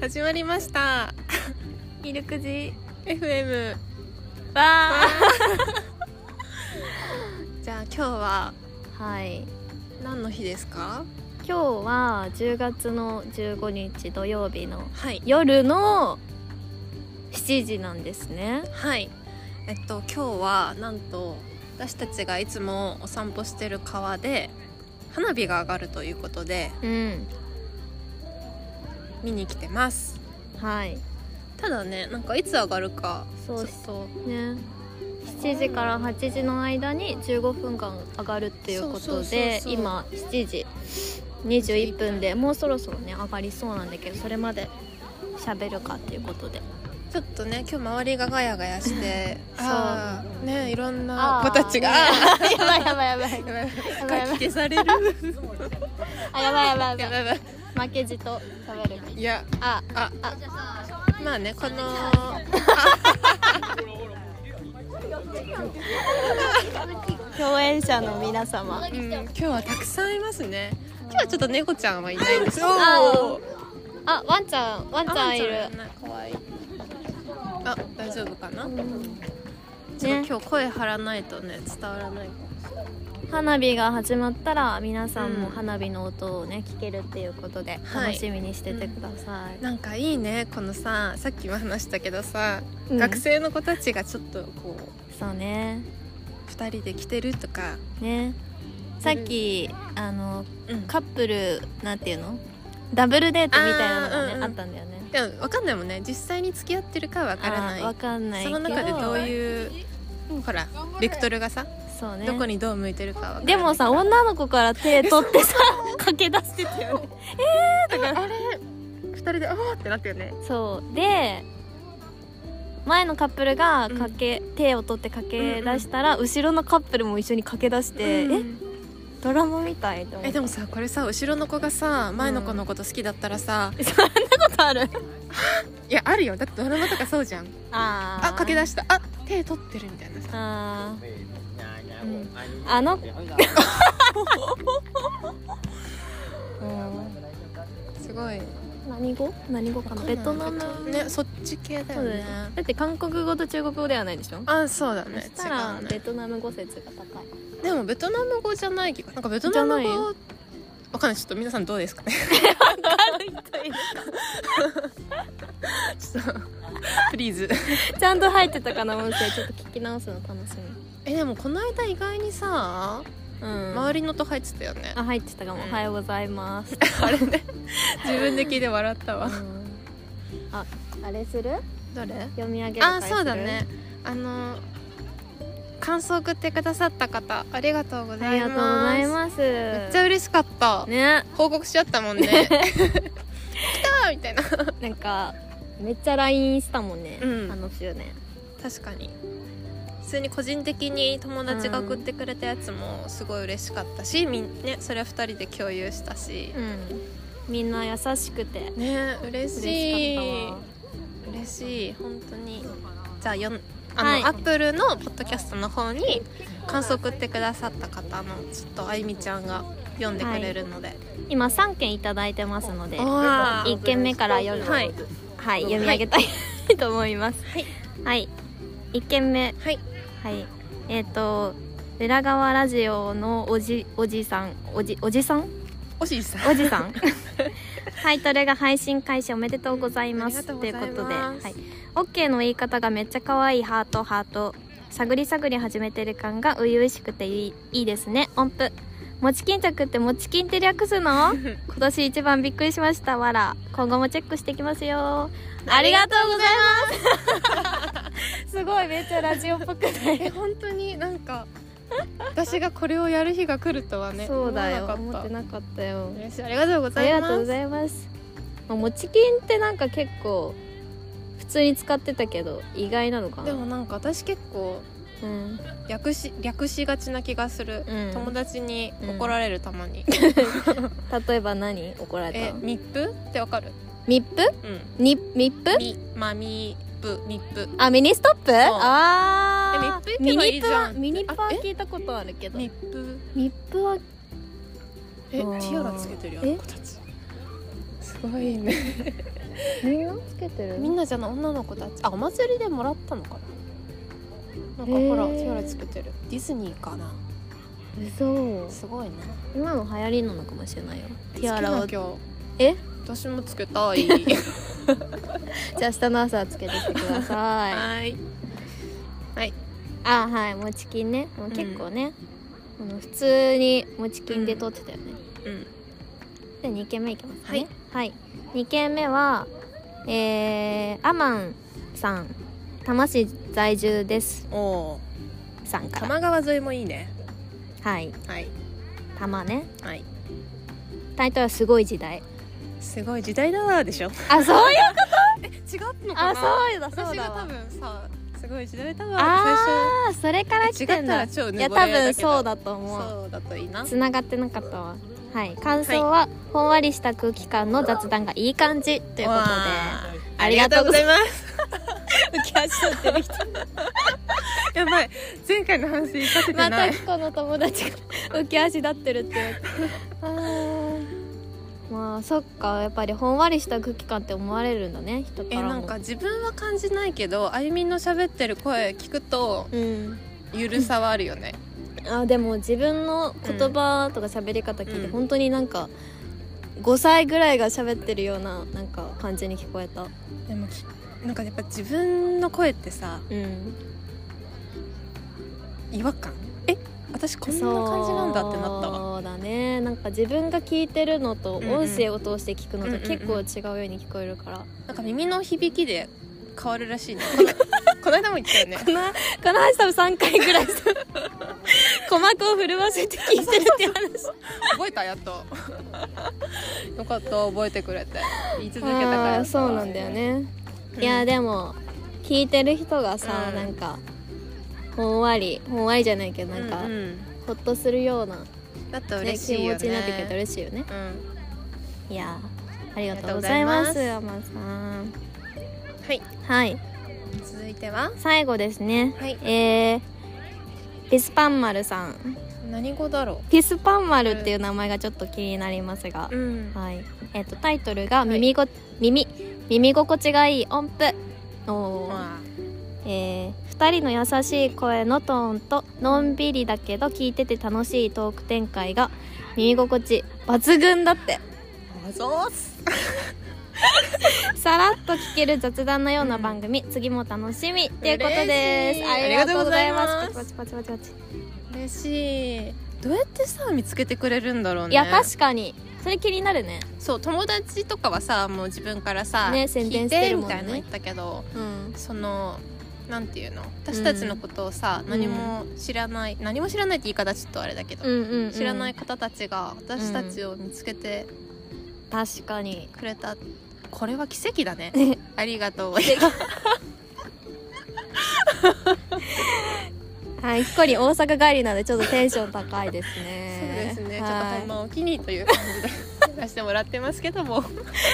始まりましたミルクジ FM わ じゃあ今日はーはい何の日ですか今日は10月の15日土曜日のはい夜の7時なんですねはいえっと今日はなんと私たちがいつもお散歩してる川で花火が上がるということでうん見に来てますはいただねなんかいつ上がるかちそょうっですとね7時から8時の間に15分間上がるっていうこそうそうとそうでそう今7時21分でもうそろそろね上がりそうなんだけどそれまで喋るかっていうこと でちょっとね今日周りがガヤガヤして そうあーねいろんなあー子たち がねあやばいやばいーやばいやばいやばいやばかいき消さ れるあやばいやばいややばいやばばい負けじと喋るいいやあああまあねこの共演者の皆様うん今日はたくさんいますね今日はちょっと猫ちゃんはいないんですよああワンちゃんワンちゃんいるかわいいあ大丈夫かな、ちょっねと今日声張らないとね伝わらない花火が始まったら皆さんもうん花火の音をね聞けるっていうことではい楽しみにしててください、なんかいいねこのささっきも話したけどさ、うん学生の子たちがちょっとこうそうね二人で来てるとか、ねさっきあのうん、カップルなんていうのダブルデートみたいなのがねあーあ,、うんうんったんだよねでも分かんないもんね実際に付き合ってるかは分からないあーわかんないそけどの中でどういうほらベクトルがさ、そうねどこにどう向いてるかは分からないでもさ女の子から手取っ てさ駆け出してたよねだからあれ二人で「おお!」ってなったよねそうで前のカップルがかけ、手を取って駆け出したら、後ろのカップルも一緒に駆け出して、うんえドラマみたいと思えっでもさこれさ後ろの子がさ前の子のこと好きだったらさ、てそんなことあるいやあるよだってドラマとかそうじゃんああ駆け出ししたあ手取ってるみたいなさあー Ừ. À, À nó- nó うんすごい何語何語かなベトナムねそっち系だそよねうだよねだって韓国語と中国語ではないでしょあそうだそねした違らうベねトナム語説が高いでもベトナム語じゃない気がなんかベトナムじゃな語わかんないちょっと皆さんどうですかねちょっと プリーズちゃんと入ってたかな音声ちょっと聞き直すの楽しえでもこの間意外にさみうん周りのと入ってたよねあ入ってたかも、うんおはようございますあれね自分で聞いて笑ったわあ、あれする？どれ読み上げるあそうだね。あの感想送ってくださった方ありがとうごあざりいがとうますございます。めっちゃ嬉しかった、ね、報告しちゃった もんね来たみたいななんかめっちゃラインしたもんね。うんあの週ね。確かに普通に個人的に友達が送ってくれたやつもすごい嬉しかったし、みんね、それは2人で共有したしう、ん。みんな優しくてね嬉嬉ししいかったわ。嬉しい本当にじゃあよんあの、はいアップルのポッドキャストの方に感想送ってくださった方のちょっとあゆみちゃんが読んでくれるので、今三件いただいてますので、わー一件目から夜、ははいい、読み上げたいと思います。はい、はい、一件目はいはい、えっ、と裏側ラジオのおじおじさんおじおじさんおしりさんおじさんタイトルが配信開始おめでとうございますありがとうございますということで、はい、OK の言い方がめっちゃ可愛いハートハート探り探り始めてる感が初々しくていいいいですね音符もち巾着ってもち巾って略 すの今年一番びっくりしましたわら今後もチェックしてきますよありがとうございま すすごいめっちゃラジオっぽくなえ本当になん か私がこれをやる日が来るとはねそうだよ思思わってなかっなかったよた嬉しいありがとうごあざりいがまとうごすざいます。まあ、もち金ってなんか結構普通に使ってたけど意外なのかな。でもなんか私結構うん、略し略しがちな気がする、うん友達に怒られるたまに、例えば何怒られえた？密布ってわかるミップ？うんにミップ？みまみぷみぷあミニストップ？ああえミップ行けばいいじゃんミニップはミニップあはえ聞いたことあるけど。みミぷップはえテあーィアラつけてるよあえの子たちすごいねみんなつけてるみんなじゃない女の子たちあお祭りでもらったのかななんかへーほらティアラつけてるディズニーかな嘘すごいな今の流行りなのかもしれないよティアラを好きな今日え私もつけた いじゃあ明日の朝つけてきてく ださいはいあはいもちきんねもう結構ね、あの普通にもちきんで撮ってたよね、うんで2軒目いきますねはい、2軒目はえー、アマンさん多摩市在住ですおおさん多から摩川沿いもいいねはいはい多摩ねはいタイトルは「すごい時代すごい時代だわでしょ」あそういう違うのあそうだそう私だが多わ分さすごい時代だわっあーそれからて最来て初違んっだたら超ぬぼいれやだけど多分そうだと思うそうだといいなつながってなかったわはい感想は、ほんわりした空気感の雑談がいい感じということでわあありがとうございい ますます浮き足立ってきたやばい前回の反省させてまなたい、この友達が浮き足立ってるって言われてあーまあそっかやっぱりほんわりした空気感って思われるんだね人かえらもなんか自分は感じないけどあゆみんの喋ってる声聞くとうんゆるさはあるよねあでも自分の言葉とか喋り方聞いてうん本当になんか5歳ぐらいが喋ってるようななんか感じに聞こえたでもきなんかやっぱ自分の声ってさうん違和感え私こんな感じなんだってなったわそうだねなんか自分が聞いてるのとうんうん音声を通して聞くのうんうとんうん結構違うように聞こえるから、なんか耳の響きで変わるらしいね このこの間も言ったよねこのこの話多分3回ぐらいした鼓膜を震わせて聞いてるっていう話 覚えたやっと よかった覚えてくれて言い続けたからあやっーたそうなんだよね、うんいやでも聞いてる人がさ、うんなんかほんわりほんわりじゃないけどなんか、うんうんほっとするような、ね、だったら嬉し気いよ持ねちになってくれたら嬉しいよねうんいやーありがとうございますありアマンさんはいはい続いては最後ですねはいえーピスパンマルさん何語だろピスパンマルっていう名前がちょっと気になりますがう、うんはい。えっ、とタイトルがい耳ご、耳耳心地がいい音符。おーえー、2人の優しい声のトーンとのんびりだけど聞いてて楽しいトーク展開が耳心地抜群だってあそうっすさらっと聞ける雑談のような番組、次も楽しみということで嬉しすいありがとうございますありがとうございますパチパチパチパチパチ嬉しいどうやってさ見つけてくれるんだろうねいや確かにそれ気になるねそう友達とかはさもう自分からさ、ね宣聞伝いしててるもみんたねいなの言ったけどうんそのなんていうの私たちのことをさ、ん何も知らない何も知らないって言い方ちょっとあれだけど、うんうん、知らない方たちが私たちを見つけて確かにくれた、これは奇跡だねありがとうはい、ひっこりん大阪帰りなのでちょっとテンション高いですそうね。ですね、ちょっとはほんまお気にという感じで出してもらってますけどもごい、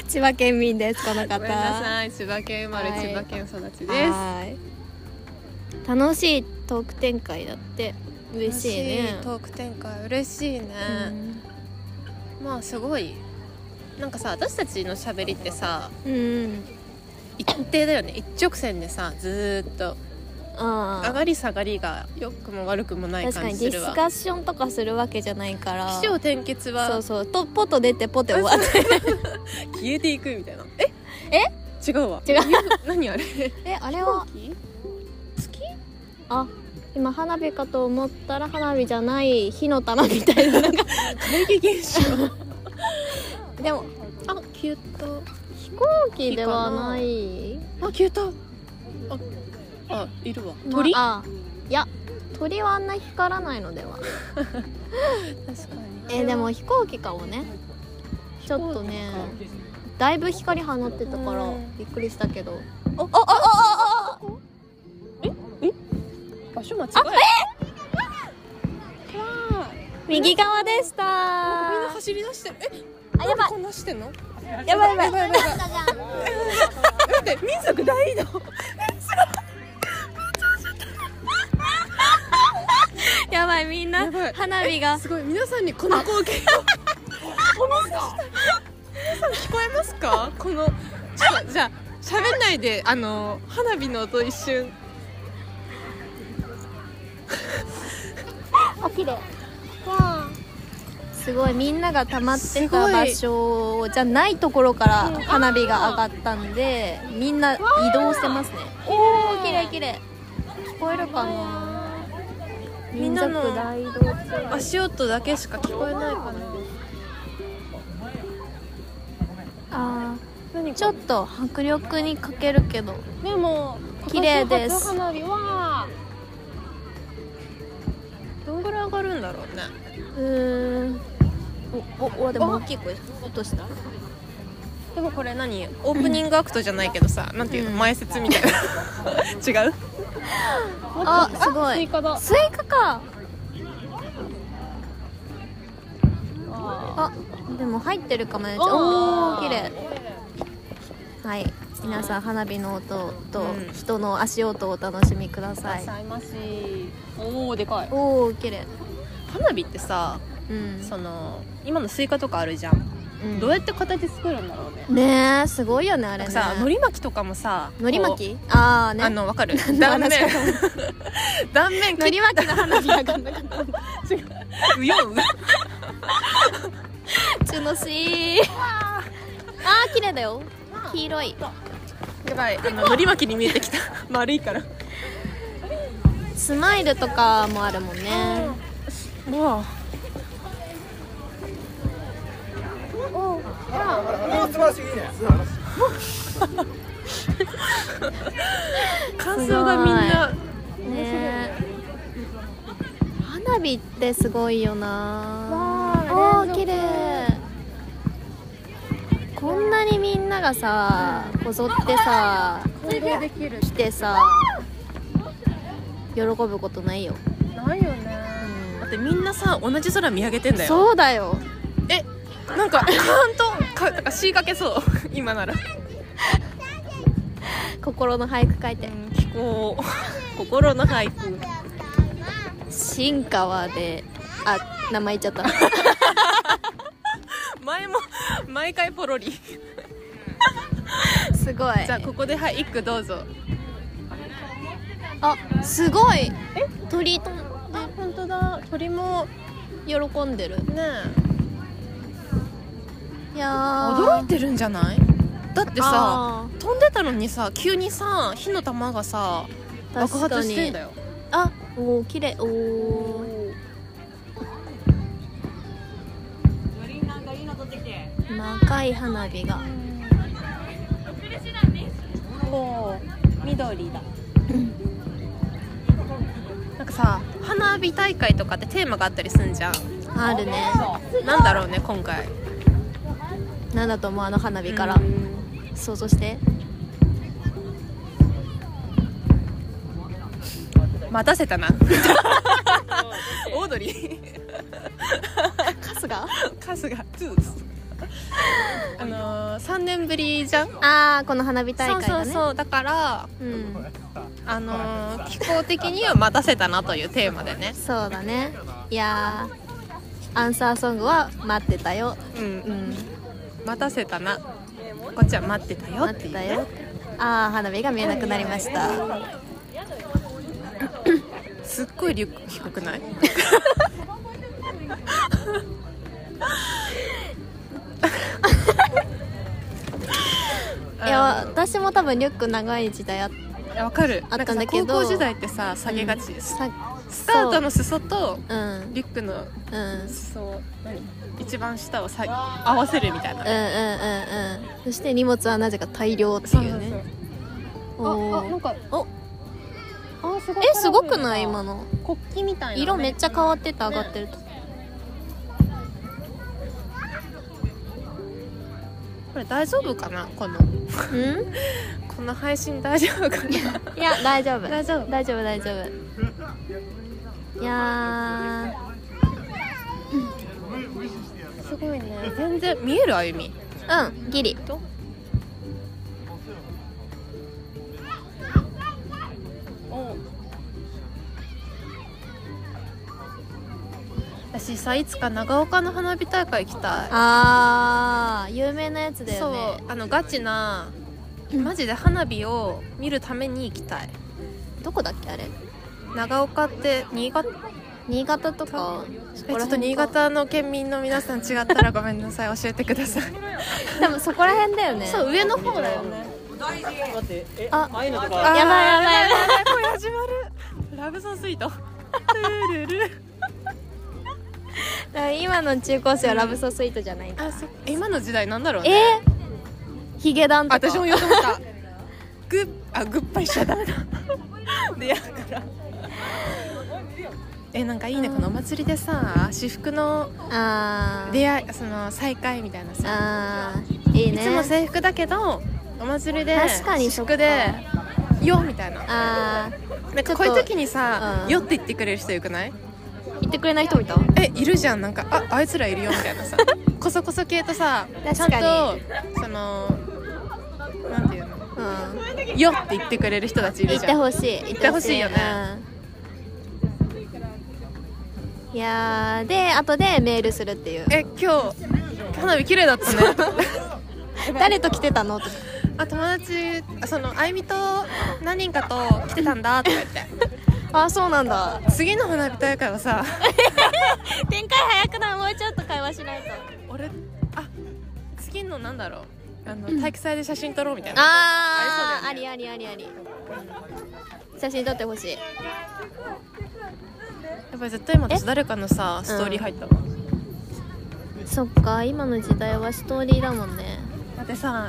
千葉県民ですこの方。めんなさい千葉県生まれ、はい千葉県育ちですはい。楽しいトーク展開だって嬉しいね嬉。トーク展開嬉しいね、まあすごいなんかさ私たちの喋りってさうん、うん、一定だよね一直線でさずーっとあ上あ、がり下がりが良くも悪くもない確か感にじデすィるスわカッションとかするわけじゃないから。起承転結そうはそう、とポと出てポテ終わ って。消えていくみたいなええ違うわ違う何あれえ、あれ飛は行、機あ、今花火かと思ったら花火じゃない火の玉みたいな。 怪奇現象でもあ消えた飛行機ではない。あ消えたああいるわま鳥、あいや鳥はあんな光らないのでは確かにえでも飛行機かもねちょっとねだいぶ光放ってたからうんびっくりしたけどあああああええ場所間違ええわあ右側でしたみんなあ走り出してるえやばいこんなしてんのやばいやばいやばいやばいやばい待って民族大移動やばいみんなやばい花火がすごい皆さんにこの光景をお見せしたい皆さん聞こえますかこのちょそうじゃあ喋んないであの花火の音一瞬あ綺麗すごいみんなが溜まってすごたい場所じゃないところから花火が上がったんでみんな移動してますねおお綺麗綺麗聞こえるかなみんなの民族大移動中足音だけしか聞こえないかなあーちょっと迫力に欠けるけどでも綺麗で今す年初花火はどんぐらい上がるんだろうねうーんおおおでも大きい声落としたでもこれ何オープニングアクトじゃないけどさなんていうの、うん前説みたいな違うあすごいスイカだスイカかあでも入ってるかもねおお綺麗はい皆さん花火の音とうん人の足音をお楽しみください、いましおおでかいおお綺麗花火ってさうんその今のスイカとかあるじゃんうんどうやって形作るんだろうねねえすごいよねあなれんねかさのり巻きとかもさのりこ巻きああうねあのわかるの断面話断面のり巻きの花火上がんなかったうようチュノシーあー綺麗だよ黄色いやばいあののり巻きに見えてき た丸いからスマイルとかもあるもんねうわ感想がみんなねえ花火ってすごいよなわああー綺麗こんなにみんながさこぞってさ行動できる来てさ喜ぶことないよ、ないよねだってみんなさ同じ空見上げてんだよそうだよえなんかカーンとかなんか仕掛けそう今なら心の俳句書いて気候 心の俳句新川であ名前言っちゃった前も毎回ポロリすごいじゃあここではい一句どうぞあすごい鳥とあ本当だ鳥も喜んでるねいや驚いててるんじゃないだってさ飛んでたのにさ急にさ火の玉がさ爆発してんだよあおお綺麗おお長い花火がこう緑だなんかさ花火大会とかってテーマがあったりすんじゃんあるねなんだろうね今回なんだと思うあの花火から、うん想像して待たせたな オードリー春日春日トゥースあのー、3年ぶりじゃんああこの花火大そう会そがねうそうだからうん、あのー、気候的には待たせたなというテーマでねそうだねいやーアンサーソングは待ってたようんうん待たせたなこっちは待ってたよっ待っていてうたねよああ花火が見えなくなりましたすっごいリュック低く ないいや私も多分リュック長い時代あっいやわかるあったんだけなかさど高校時代ってさ下げがち、うんスさスカートの裾とうんうんリュックのうん裾を何一番下をさ合わせるみたいな、うんうんうんそして荷物はなぜか大量っていうねあおあなんーかおあすごいえすごくない今のの国旗みたいな色めっちゃ変わってて上がってるとこれ大丈夫かなこのうこの配信大丈夫かな んいや大丈夫大丈夫大丈夫大丈夫いやすごいね 全然見えるあゆみーうんギリとお私さいつか長岡の花火大会行きたいあー有名なやつだよそうねあのガチなマジで花火を見るために行きたいどこだっけあれ長岡って新潟新潟とかえそちこょら辺かっと新潟の県民の皆さん違ったらごめんなさ い教えてください多分そこら辺だよねそう上の方だよねだってえあああいうのとあかーやばいやばいやばいこれ始まるラブソンスイートルルルだから今の中高生はラブソースイートじゃないんだあそ今の時代なんだろうえねーヒゲダンとか私も言おうと思ったグッあグッバイしちゃダメ だレアからえなんかいいね、このお祭りでさ私服のあー出会いその再会みたいなさあーいいいねつも制服だけどお祭りで確かに私そっか服でよみたいなあなんちかょっとこういう時にさ、うんよって言ってくれる人よくないー言ってくれない人もいたえいるじゃんなんかああいつらいるよみたいな さこそこそ系とさちゃ確んかにとそのなんていうのうんよって言ってくれる人たちい行るっじてゃんほしい行ってほしいよねうんいやーで後でメールするっていうえ今日花火綺麗だったね誰と来てたのとかあ友達あそのあゆみと何人かと来てたんだとか言ってあそうなんだ次の花火大会はさ展開早くないもうちょっと会話しないと俺あ次のなんだろうあの体育祭で写真撮ろうみたいな、あーあありそうだよりありありあり写真撮ってほしいやっぱり絶対今私誰かのさストーリー入ったもん、そっか今の時代はストーリーだもんねだってさ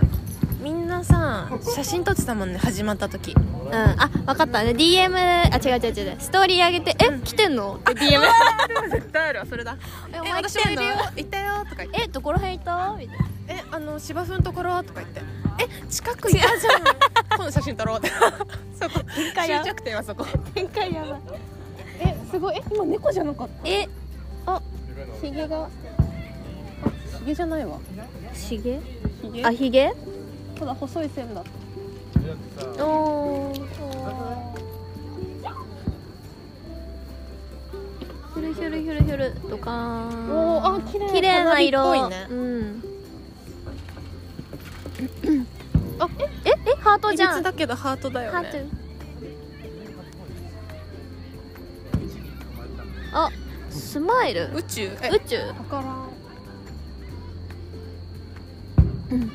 みんなさ写真撮ってたもんね始まった時うんあ分かったね DM あ違う違う違うストーリー上げて「え来てんの?」って DM 絶対あるわそれだええお前来私もてんいのるよ行ったよとか言って えどこら辺いた?」みたいなえあの芝生のところとか 言ってえ近くいたじゃん今度写真撮ろうって そこ回や終着点はそこ展開やばいえすごいえ今猫じゃなかっえたヒゲがあヒゲじゃないわひげヒゲあひげただ細い線だったおーひゅるひゅるひゅるひゅるとかーんおーあ綺麗綺麗な色花火っぽいねうんあええハートじゃいびつんだけどハートだよハートねあスマイル宇宙え宇宙わからん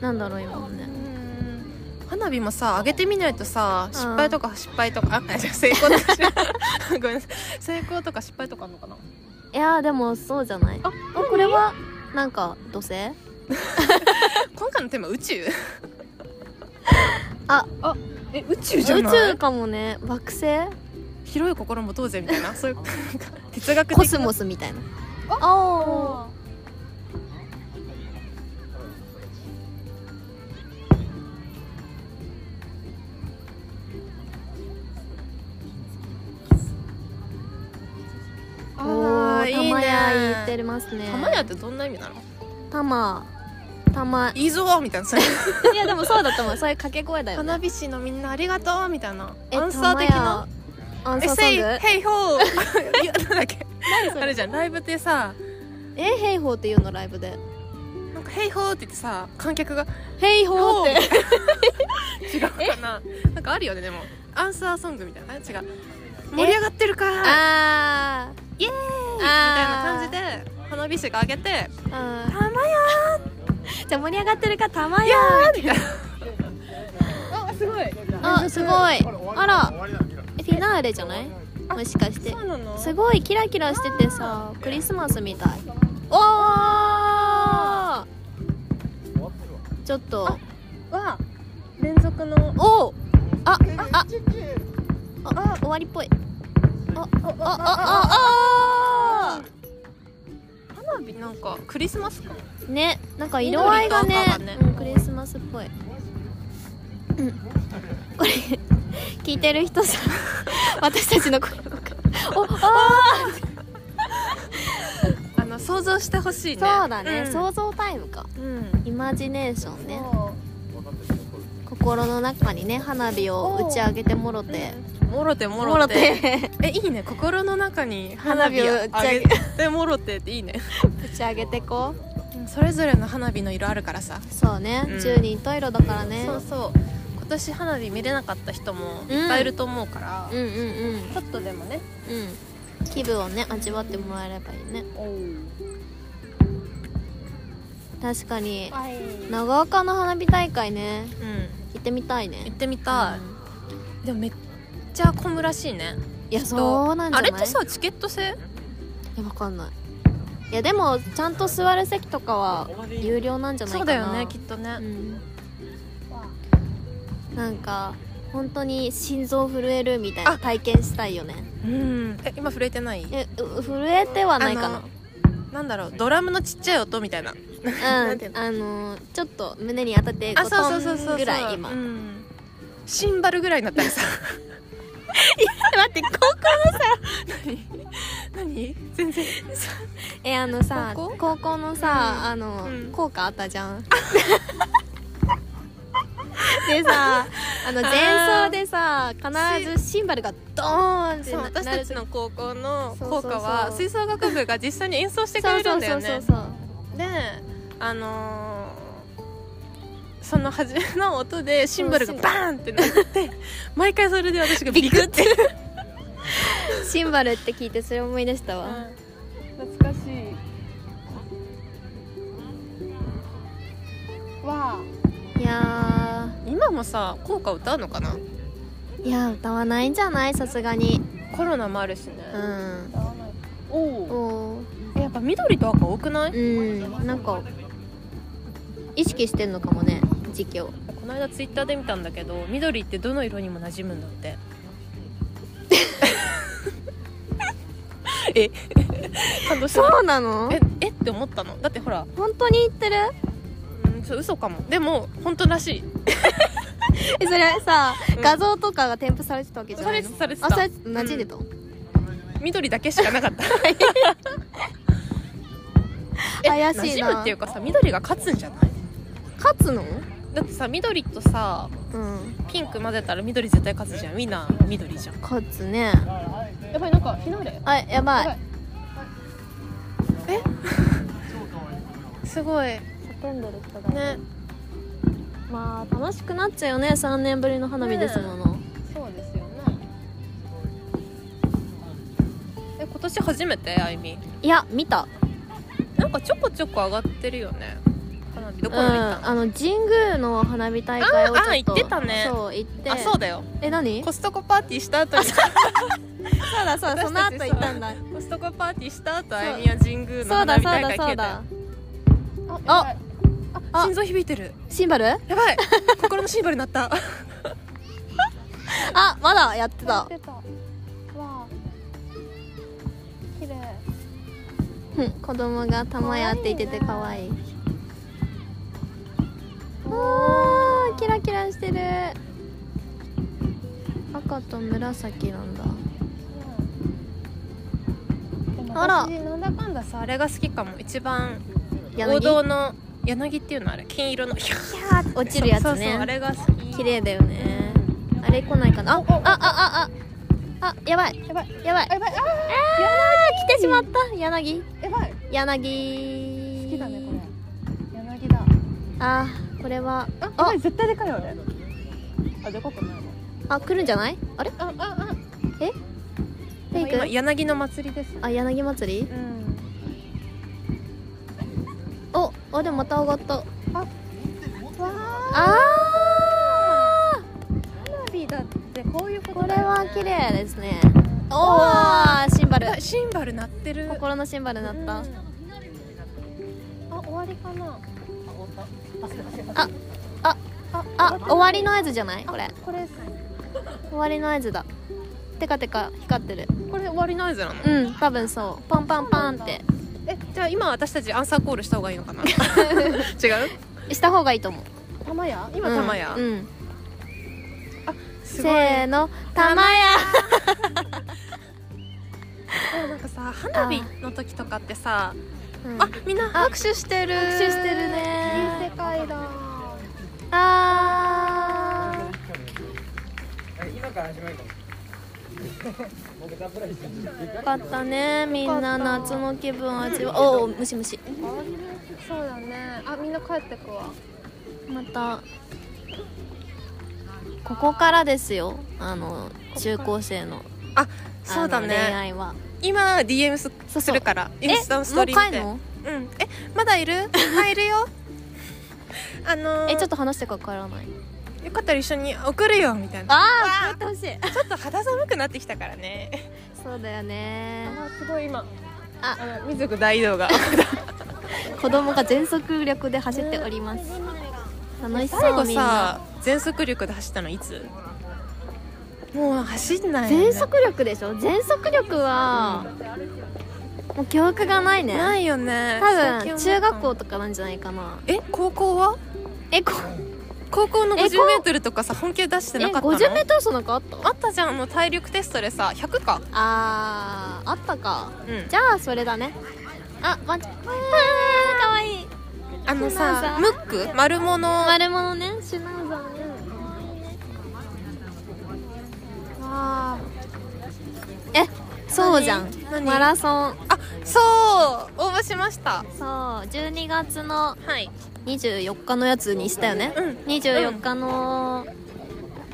なんだろう今のね花火もさ上げてみないとさ失敗とか失敗とかあ違う成功とか ごめんなさい成功とか失敗とかあるのかないやーでもそうじゃないあこれはなんか土星今回のテーマ宇宙あえ宇宙宇じゃない宙かもね惑星広い心持とうぜみたいなそういうなんか哲学的コスモスみたいなああーあーおーいいね玉や言ってますね玉屋ってどんな意味なの玉玉いいぞーみたいなそういういやでもそうだと思う そういう掛け声だよね花火師のみんなありがとうみたいなえアンサー的な玉やアンえサーせいソングヘイホー いやなんだっけそれあれじゃんライブってさえヘイホーって言うのライブでなんかヘイホーって言ってさ観客がヘイホーって違うかななんかあるよねでもアンサーソングみたいなあ違う盛り上がってるかーあーイエーイみたいな感じで花火師が上げてうん「玉や じゃあ盛り上がってるか玉やー!」みたいなあすごいあすごいあらえフィナーレじゃないもしかしてうなのすごいキラキラしててさクリスマスみたいおーちょっとは連続のおーああああ終わりっぽいあああああ花火なんかクリスマスかあねなんか色合いがね緑と赤がねうん、クリスマスっぽい、うん、これ 聞いてる人さ 私たちの声おあああの想像してほしいねそうだね、ん想像タイムかうんイマジネーションねそ心の中にね花火を打ち上げてもろてもろてもろても ろてえいいね心の中に花花火火をを打上ち上げげてもろてっていいね打ち上げてこう うんそれぞれの花火の色あるからさそうね、うん10人十色だからねそうそう今年花火見れなかった人もいっぱいいると思うから、うんうんうんちょっとでもねうん気分をね味わってもらえればいいね確かにはい長岡の花火大会ねうん行ってみたいね行ってみたい、でもめっちゃ混むらしいねいやそうなんじゃないあれってさチケット制いやわかんないいやでもちゃんと座る席とかは有料なんじゃないそかうなだよねきっとね、うんなんか本当に心臓震えるみたいあな体験したいよねうん、え今触れてないえう震えてはないかあなのなんだろうドラムのちっちゃい音みたいなうなんんていうのあのちょっと胸に当たって5トンぐらい今、 うんシンバルぐらいになったりさ待ってここ何全然えあのさ高高校校のさ、あの、うん効果あったじゃん でさあの前奏でさ必ずシンバルがドーンってそうな私なたるちの高校の校歌そうそうはそう吹奏楽部が実際に演奏してくれるんだよねそうそうそうであのーその初めの音でシンバルがバーンってな って毎回それで私がビクってそうシンバルって聞いてそれ思い出したわ、懐かしいわいや今もさ校歌歌うのかなーいやー歌わないんじゃないさすがにコロナもあるしね、うんあおおおーやっぱ緑と赤多くない、うんなんか意識してんのかもね時期をこの間ツイッターで見たんだけど緑ってどの色にも馴染むんだって え感動したそうなのええって思ったのだってほら本当に言ってるうんそう嘘かもでも本当らしいえそれさ、うん画像とかが添付されてたわけじゃさないれのてされてあ、そたれ馴染んでた、緑だけしかなかった え怪しい馴な染むっていうかさ緑が勝つんじゃない勝つのだってさ緑とさうんピンク混ぜたら緑絶対勝つじゃんウィナー緑じゃん勝つねやばいなんかフィナーレあ、やばい すごい叫んでる人がねまあ楽しくなっちゃうよね3年ぶりの花火ですもの、そうですよねえ今年初めてあいみんいや見たなんかちょこちょこ上がってるよね花火どうんこまで行ったの、あの神宮の花火大会をちょっとああ行ってたねそう行ってあそうだよえ何コストコパーティーした後にさそうだそうだその後行ったんだコストコパーティーした後あいみは神宮のそう花だそう火大会消だそうえたよだああやばいあ心臓響いてるシンバルやば い心のシンバルになったあまだやってやったてたわあ綺麗うん子供が玉やっていてて可愛いわーキラキラしてる赤と紫なんだうんでもあら私なんだかんださあれが好きかも一番柳王道の柳っていうのあれ金色のヒャーキャーって落ちるやつねそうそうあれが好き綺麗だよねあれ来ないかなああああああやばいやばいやばいあやばいああー来てしまった柳ーやばい柳好きだねこれ柳だあーこれはあやあばい絶対でかいよねあでかくないわあ来るんじゃないあれああフ今ェイク柳の祭りですあ柳祭りあうんおあでもまた上がったわあー花火だってこういうこーとこれだよはね綺麗ですねおーシンバルあシンバル鳴ってる心のシンバルだったあ終わりかなあああ終わりの合図じゃないこれこれ終わりの合図だてかてか光ってるこれ終わりの合図なのうん多分そうパンパンパンってえじゃあ今私たちアンサーコールした方がいいの かな違うした方がいいと思う玉や今今玉や、うんうんすせごいーの玉やでもなんかさ花火の時とかってさうんあみんな拍手してる拍手してるいい世ね界だあ今から始めるかも。ーよかったねみんな夏の気分味わおおムシムシそうだねあみんな帰ってくわまたここからですよあの中高生のああのそうだ恋ね愛は今 DM すそうするからイえもンうスタのストーリー見帰てんのうんえまだいるあいるよあのー、えちょっと話してから帰らないよかったら一緒に送るよみたいなああ帰ってほしいちょっと肌寒くなってきたからねそうだよねすごい今ああの水く大移動 が子供が全速力で走っております楽しそう最後みんなさ全速力で走ったのいつもう走んないよね全速力でしょ全速力はもう記憶がないねないよね多最分近思中った学校とかなんじゃないかなえ高校はえこ高校のえこう 50m とかさ本気出してえなかったの 50m 走なんかあったあったじゃんあの体力テストでさ100かあーあったかうんじゃあそれだねあワンちゃんあーかわいいあのそうなさんムだック丸物丸物ねシュナウザーねあえそうじゃん何何マラソンそう応募しましたそう12月のはい24日のやつにしたよね、うん24日の、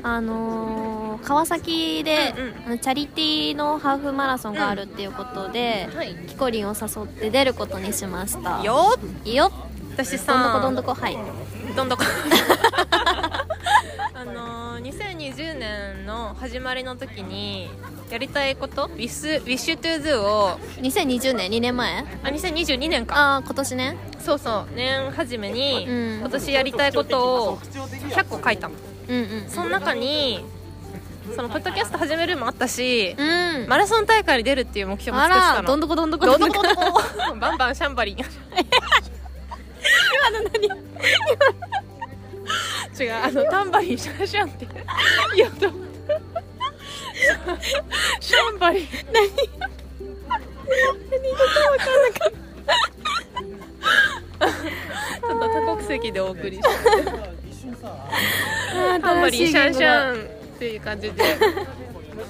あのー川崎で、うんうんあのチャリティーのハーフマラソンがあるっていうことで、はいキコリンを誘って出ることにしましたよよっ私どんどさこどんどこはいどんどこ あのー2020年の始まりの時にやりたいこと「ウィスウィッシュトゥーズーを2020年2年前あ2022年かああ今年ねそうそう年初めに、うん私やりたいことを100個書いたのうんうんその中にそのポッドキャスト始めるもあったし、うんマラソン大会に出るっていう目標もあ作ってたらのどんどこどんどこどんどこどんどこバンバンシャンバリン今の何違うあのタンバリンシャンシャンって言おう と思ったシャンバリン何何言ってか分かんなかったちょっと多国籍でお送りしてあータンバリンシャンシンャンっていう感じで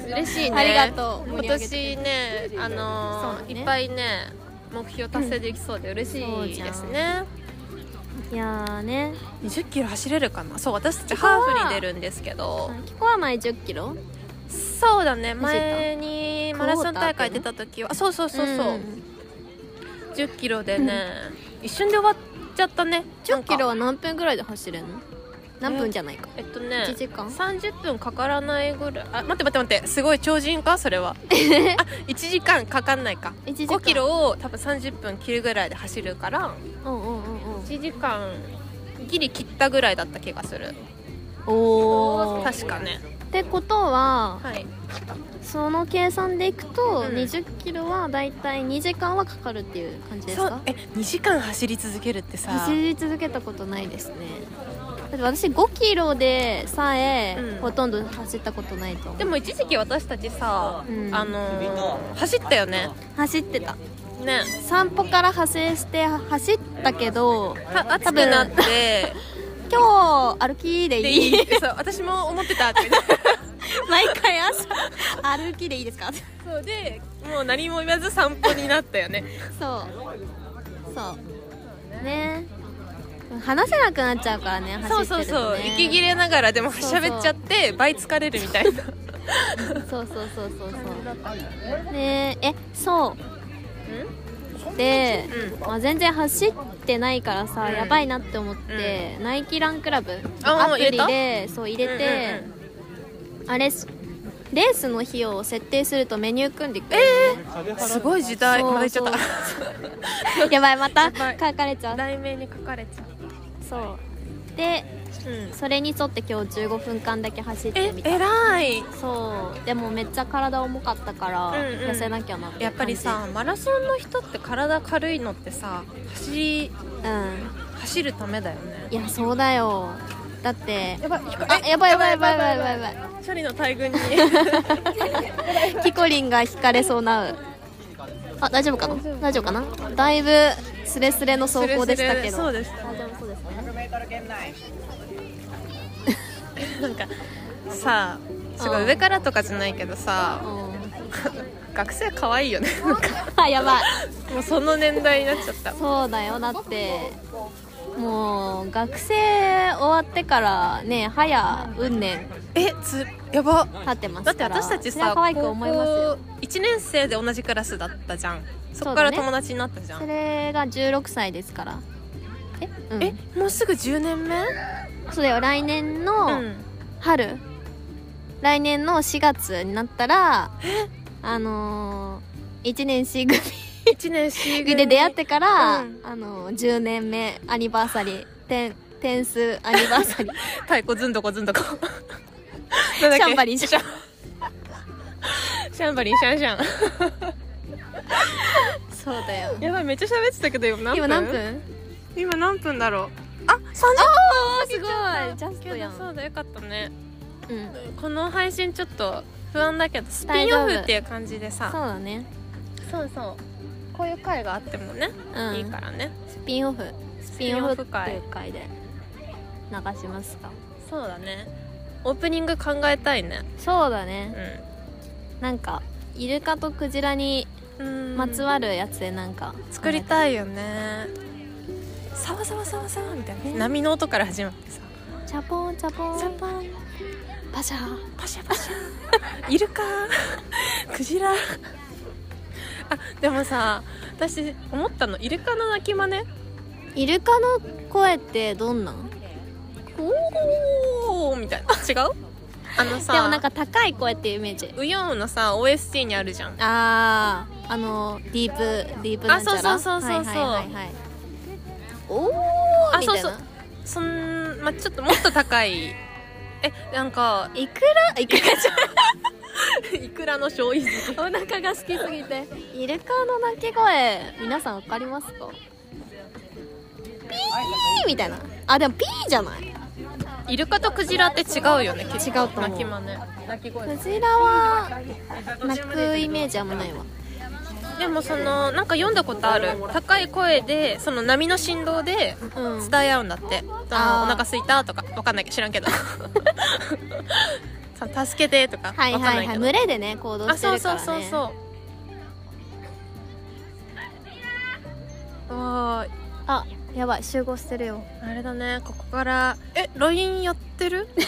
嬉しいねありがとう今年ねあのそうーねいっぱいね目標達成できそうで嬉しいですね、いやーね20キロ走れるかなそう私たちハーフに出るんですけどキコは前1 0キロそうだね前にマラソン大会出た時はあそうそうそうそう、10キロでね、一瞬で終わっちゃったね1 0キなんかロは何分ぐらいで走れるの何分じゃないかえっとね1時間30分かからないぐらいあ待って待って待ってすごい超人かそれ はあ1時間かかんないか1時間5キロを多分30分切るぐらいで走るからうんうんうんうん1時間ギリ切ったぐらいだった気がするおー確かねってことははいその計算でいくとうん2 0キロはだいたい2時間はかかるっていう感じですそうかえ2時間走り続けるってさ走り続けたことないですねだって私5キロでさえうんほとんど走ったことないと思うでも一時期私たちさ、うんあのー走ったよね走ってたね散歩から派生して走ったけどた暑くなって今日歩きででいいいい そう私も思ってたって 毎回朝歩きでいいですかそうでもう何も言わず散歩になったよねそうそうね話せなくなっちゃうからねそ走うってると、そうね、そう息切れながらでもそうそう喋っちゃって倍疲れるみたいなそうそうそうそうそうねええそうで、うんまあ、全然走ってないからさ、うんやばいなって思って、ナイキランクラブあアもう入プれリたでそう入れて、うんあれすレースの費用を設定するとメニュー組んでくれるうんうん すごい時代そうまだ言っちゃったの、やばいまたばい書かれちゃう題名に書かれちゃうそうでうんそれに沿って今日15分間だけ走ってえみたえらいそうでもめっちゃ体重かったからうんうん痩せなきゃなって感じやっぱりさマラソンの人って体軽いのってさ走りうん走るためだよねいやそうだよだってやばいあやばいやばいやばいやばいやばいやば処理の大 群にいキコリンが引かれそうなあ大丈夫かな大丈夫かなだいぶスレスレの走行でしたけどそうでした大丈夫そうですねなんかさあすごい上からとかじゃないけどさ学生可愛いよ ねあやばいもうその年代になっちゃったそうだよだってもう学生終わってからね早うん年えつやば経ってますだっかてら私たちそれはさ可愛く思いますよ1年生で同じクラスだったじゃんそそうこかだねら友達になったじゃそん、れが16歳ですからえ、うん、えもうすぐ10年目そうだよ来年うのん春、来年の4月になったらあのー、1年 C 組1年 C 組で出会ってから、うんあのー、10年目アニバーサリー点点数アニバー サリー太鼓ずんどこず んどこなんだっけシャンバリンシャンシャンバリンシャンシャンそうだよやばいめっちゃ喋ってたけど今何分今何分今何分だろうああーすご30いジャストやんそうだよかったねうんそうこの配信ちょっと不安だけどスピンオフっていう感じでさだねそうそうこういう回があってもね、うんいいからねスピンオフスピンオフっていうス回で流しますかそうだねオープニング考えたいねそうだねうなんかイルカとクジラにんまつわるやつでなんか、作りいたいよねサワサワサワサワみたいな、波の音から始まってさチャポンチャポンシャンパンパシャパシャパシ ャイルカクジラあでもさ私思ったのイルカの鳴き真似イルカの声ってどんなんおーみたいな違うあのさでもなんか高い声っていうイメージウヨンのさ OST にあるじゃんあーあのディープディープなんちゃらあそうそうそうそうそうはいはいはいはいおーあみそうたいそうなそんまあちょっともっと高い えなんかいくら いくらちゃいくらの醤油漬けお腹が好きすぎてイルカの鳴き声皆さんわかりますかピーみたいなあでもピーじゃないイルカとクジラって違うよね違違うと思う鳴き真似鳴き声クジラは泣くイメージあんまないわでもそのなんか読んだことある高い声でその波の振動でうん伝え合うんだって、そあーのお腹すいたとかわかんないけど知らんけど さ助けてとかわかはんいなはいけいはど、い群れでね行動あしてそうるかそうらねそうそうああやばい集合してるよーあれだねここからえ LINE やってるえ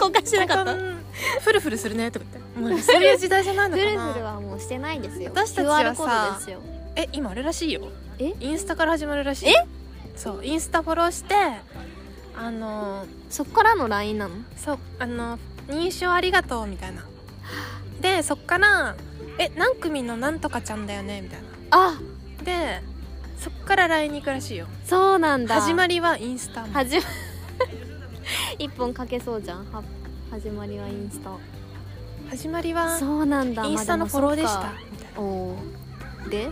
交換し交換フルフルするねとか言ってもうそういう時代じゃないぐのるかぐるなはもうしてないですよ私たちは QR コードさですよえ今あれらしいよえインスタから始まるらしいえそうインスタフォローしてあのそっからの LINE なのそうあの認証ありがとうみたいなでそっから「え何組のなんとかちゃんだよね」みたいなあでそっから LINE に行くらしいよそうなんだ始まりはインスタみたい始ま 一本かけそうじゃんは始まりはインスタな始まりはそうなんだインスタのフォローでしまたあみたいなもおーで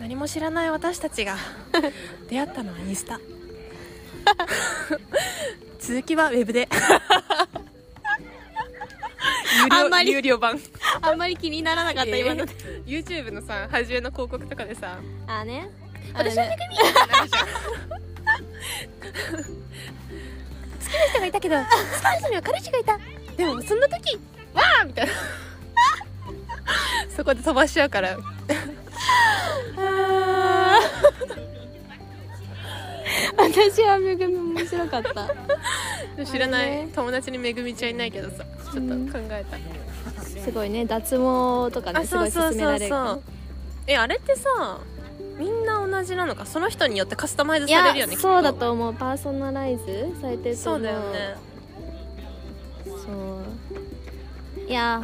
何も知らない私たちが 出会ったのはインスタ 続きはウェブ で有料あんまり有料版あんまり気にならなかった今ので YouTube のさ初めの広告とかでさあね私はあれね人がいたけど使う人には彼氏がいたでもそんな時わあみたいなそこで飛ばしちゃうから私はめぐみ面白かった知らあなれいね友達にめぐみちゃんいないけどさちょっと考えた、すごいね脱毛とかねすごい勧められるからえあれってさみんな同じなのかその人によってカスタマイズいされるやよねきっそうだと思うパーソナライズされてるとそ思ううだよねそういや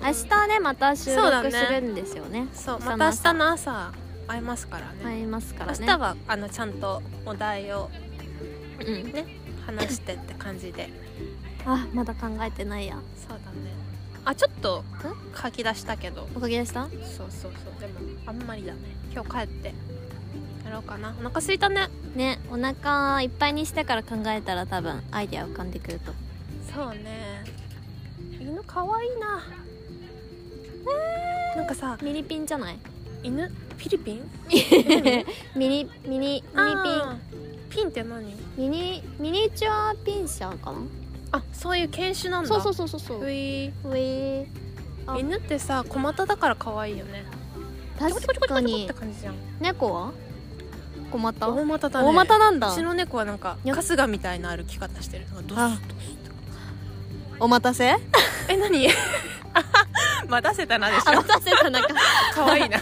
明日ねまた収そうだね録するんですよねそうまた明日の朝会えますからね、会いますからね明日はあのちゃんとお題をうんね話してって感じであまだ考えてないや そうだねあちょっと書き出したけどおかげでしたそうそうそうでもあんまりだね今日帰ってやろうかなお腹すいたねねお腹いっぱいにしてから考えたら多分アイディア浮かんでくるとそうね犬かわいいななんかさミニピンじゃない犬フィリピンミニミニミニあーピンって何ピンミニミニチュアピンシャーかなあそういう犬種なんだそうそううそうそうそうういえあ犬ってさ小股だから可愛いよね確かっにて感じじゃん猫は困った大股だね大股なんうだちの猫はなんかよっ春日みたいな歩き方してるなんかドスあッドスッとお 待たせえ何待たせたなでしおょ待たせたなんか可愛いな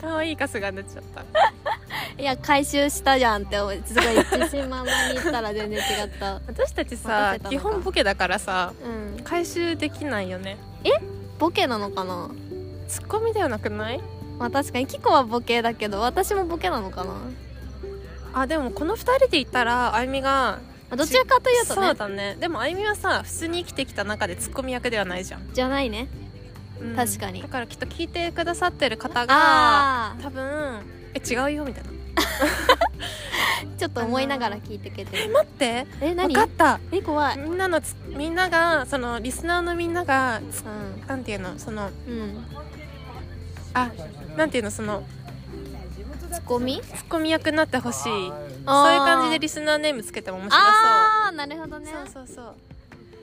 可愛い春日になっちゃった いや回収したじゃんって思いすごい自信満々に言ったら全然違った私たちさ待たせたのか基本ボケだからさうん回収できないよねボケなのかなツッコミではなくないまあ確かにキコはボケだけど私もボケなのかなあでもこの二人でいたらあゆみがあどちらかというとそうねだねでもあゆみはさ普通に生きてきた中でツッコミ役ではないじゃん、じゃないねうん確かにだからきっと聞いてくださってる方があ多分え違うよみたいなーちょっと思いながら聞いてけてる待ってえ分何かったえ怖いみんなのつみんながそのリスナーのみんながつうなんていうのそのんうんあなんていうのそのツッコミツッコミ役になってほしいそういうあー感じでリスナーネームつけても面白ああなるほどねそうそうそうそう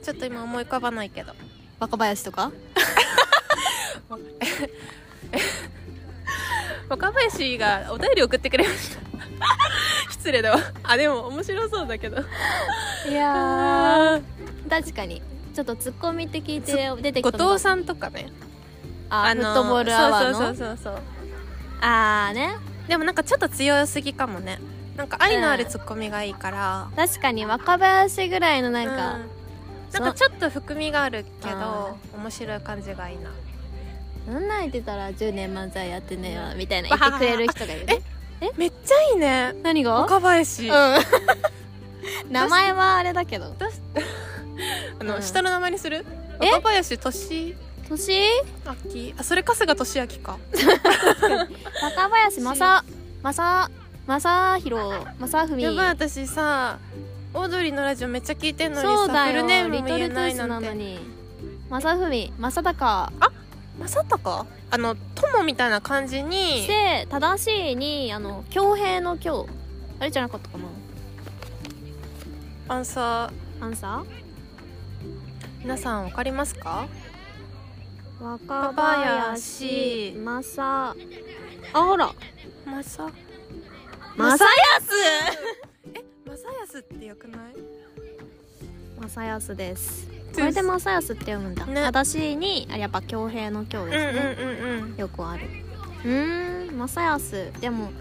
ちょっと今思い浮かばないけど若林とか若林がお便り送ってくれました 失礼だわあでも面白そうだけどいやあ確かにちょっとツッコミって聞いて出てーきた後藤んさんとかねあフットボールアワーのそうそうそうそうああねでもなんかちょっと強すぎかもねなんか愛のあるツッコミがいいから、確かに若林ぐらいのなんか、うんなんかちょっと含みがあるけあど面白い感じがいいななんなん言ってたら10年漫才やってねえわみたいな言ってくれる人がいるねめっちゃいいね何が若林、あ うん名前はあれだけどの、うん下の名前にするえ若林俊年明あそれ春日俊明か若林正正正弘正やばい文私さオードリーのラジオめっちゃ聞いてんのにさそうだフルネーよムリもト言えルトゥなーいスななんのてに正文正隆まさたかあの友みたいな感じにで正しいにあの恭平の恭あれじゃなかったかなあのさアンサ皆さんわかりますかー若林正あほらまさ正まさやすってよくない康正康ですこれで正康って読むんだ、ね正しいにあやっぱ恭平の恭うでんうすんね、うんうんよくあるうーん正康でも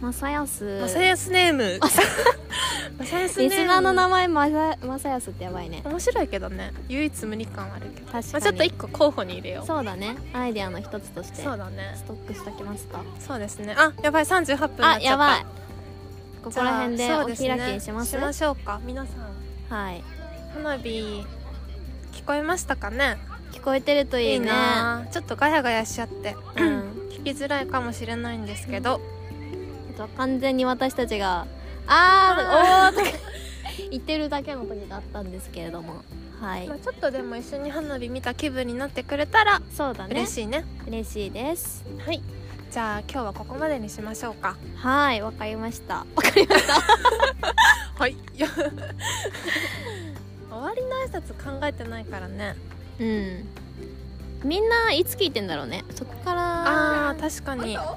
正康まさやすネーム まさやすネーリムスナーの名前正正康ってやばいね面白いけどね唯一無二感あるけど確まかあ、にちょっと一個候補に入れようそうだねアイデアの一つとしてそうだねストックしときますかそうですねあやばい38分になあっちゃやったばいここら辺でじゃあおそう開すきにしますね、しましょうか皆さんはい花火聞こえましたかね聞こえてるといいねなあちょっとガヤガヤしちゃって、うん聞きづらいかもしれないんですけど、あとは完全に私たちが「あーおー」とか言ってるだけの時があったんですけれどもはいまあ、ちょっとでも一緒に花火見た気分になってくれたらそうだね嬉しいね嬉しいですはいじゃあ今日はここまでにしましょうかはいわかりましたわかりましたはい 終わりの挨拶考えてないからねうんみんないつ聞いてんだろうねそこからあー確かにあ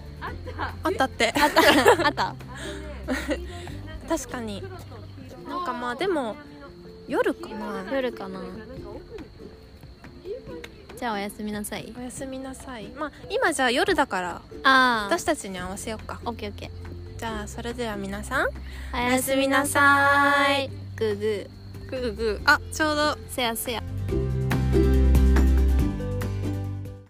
ったってあったあった確かになんかまあでも夜かな夜かなじゃあおやすみなさいおやすみなさいまあ今じゃあ夜だからああ私たちに合わせようかオッケーオッケーじゃあそれでは皆さんおやすみなさいグーググーグーあちょうどーせやせや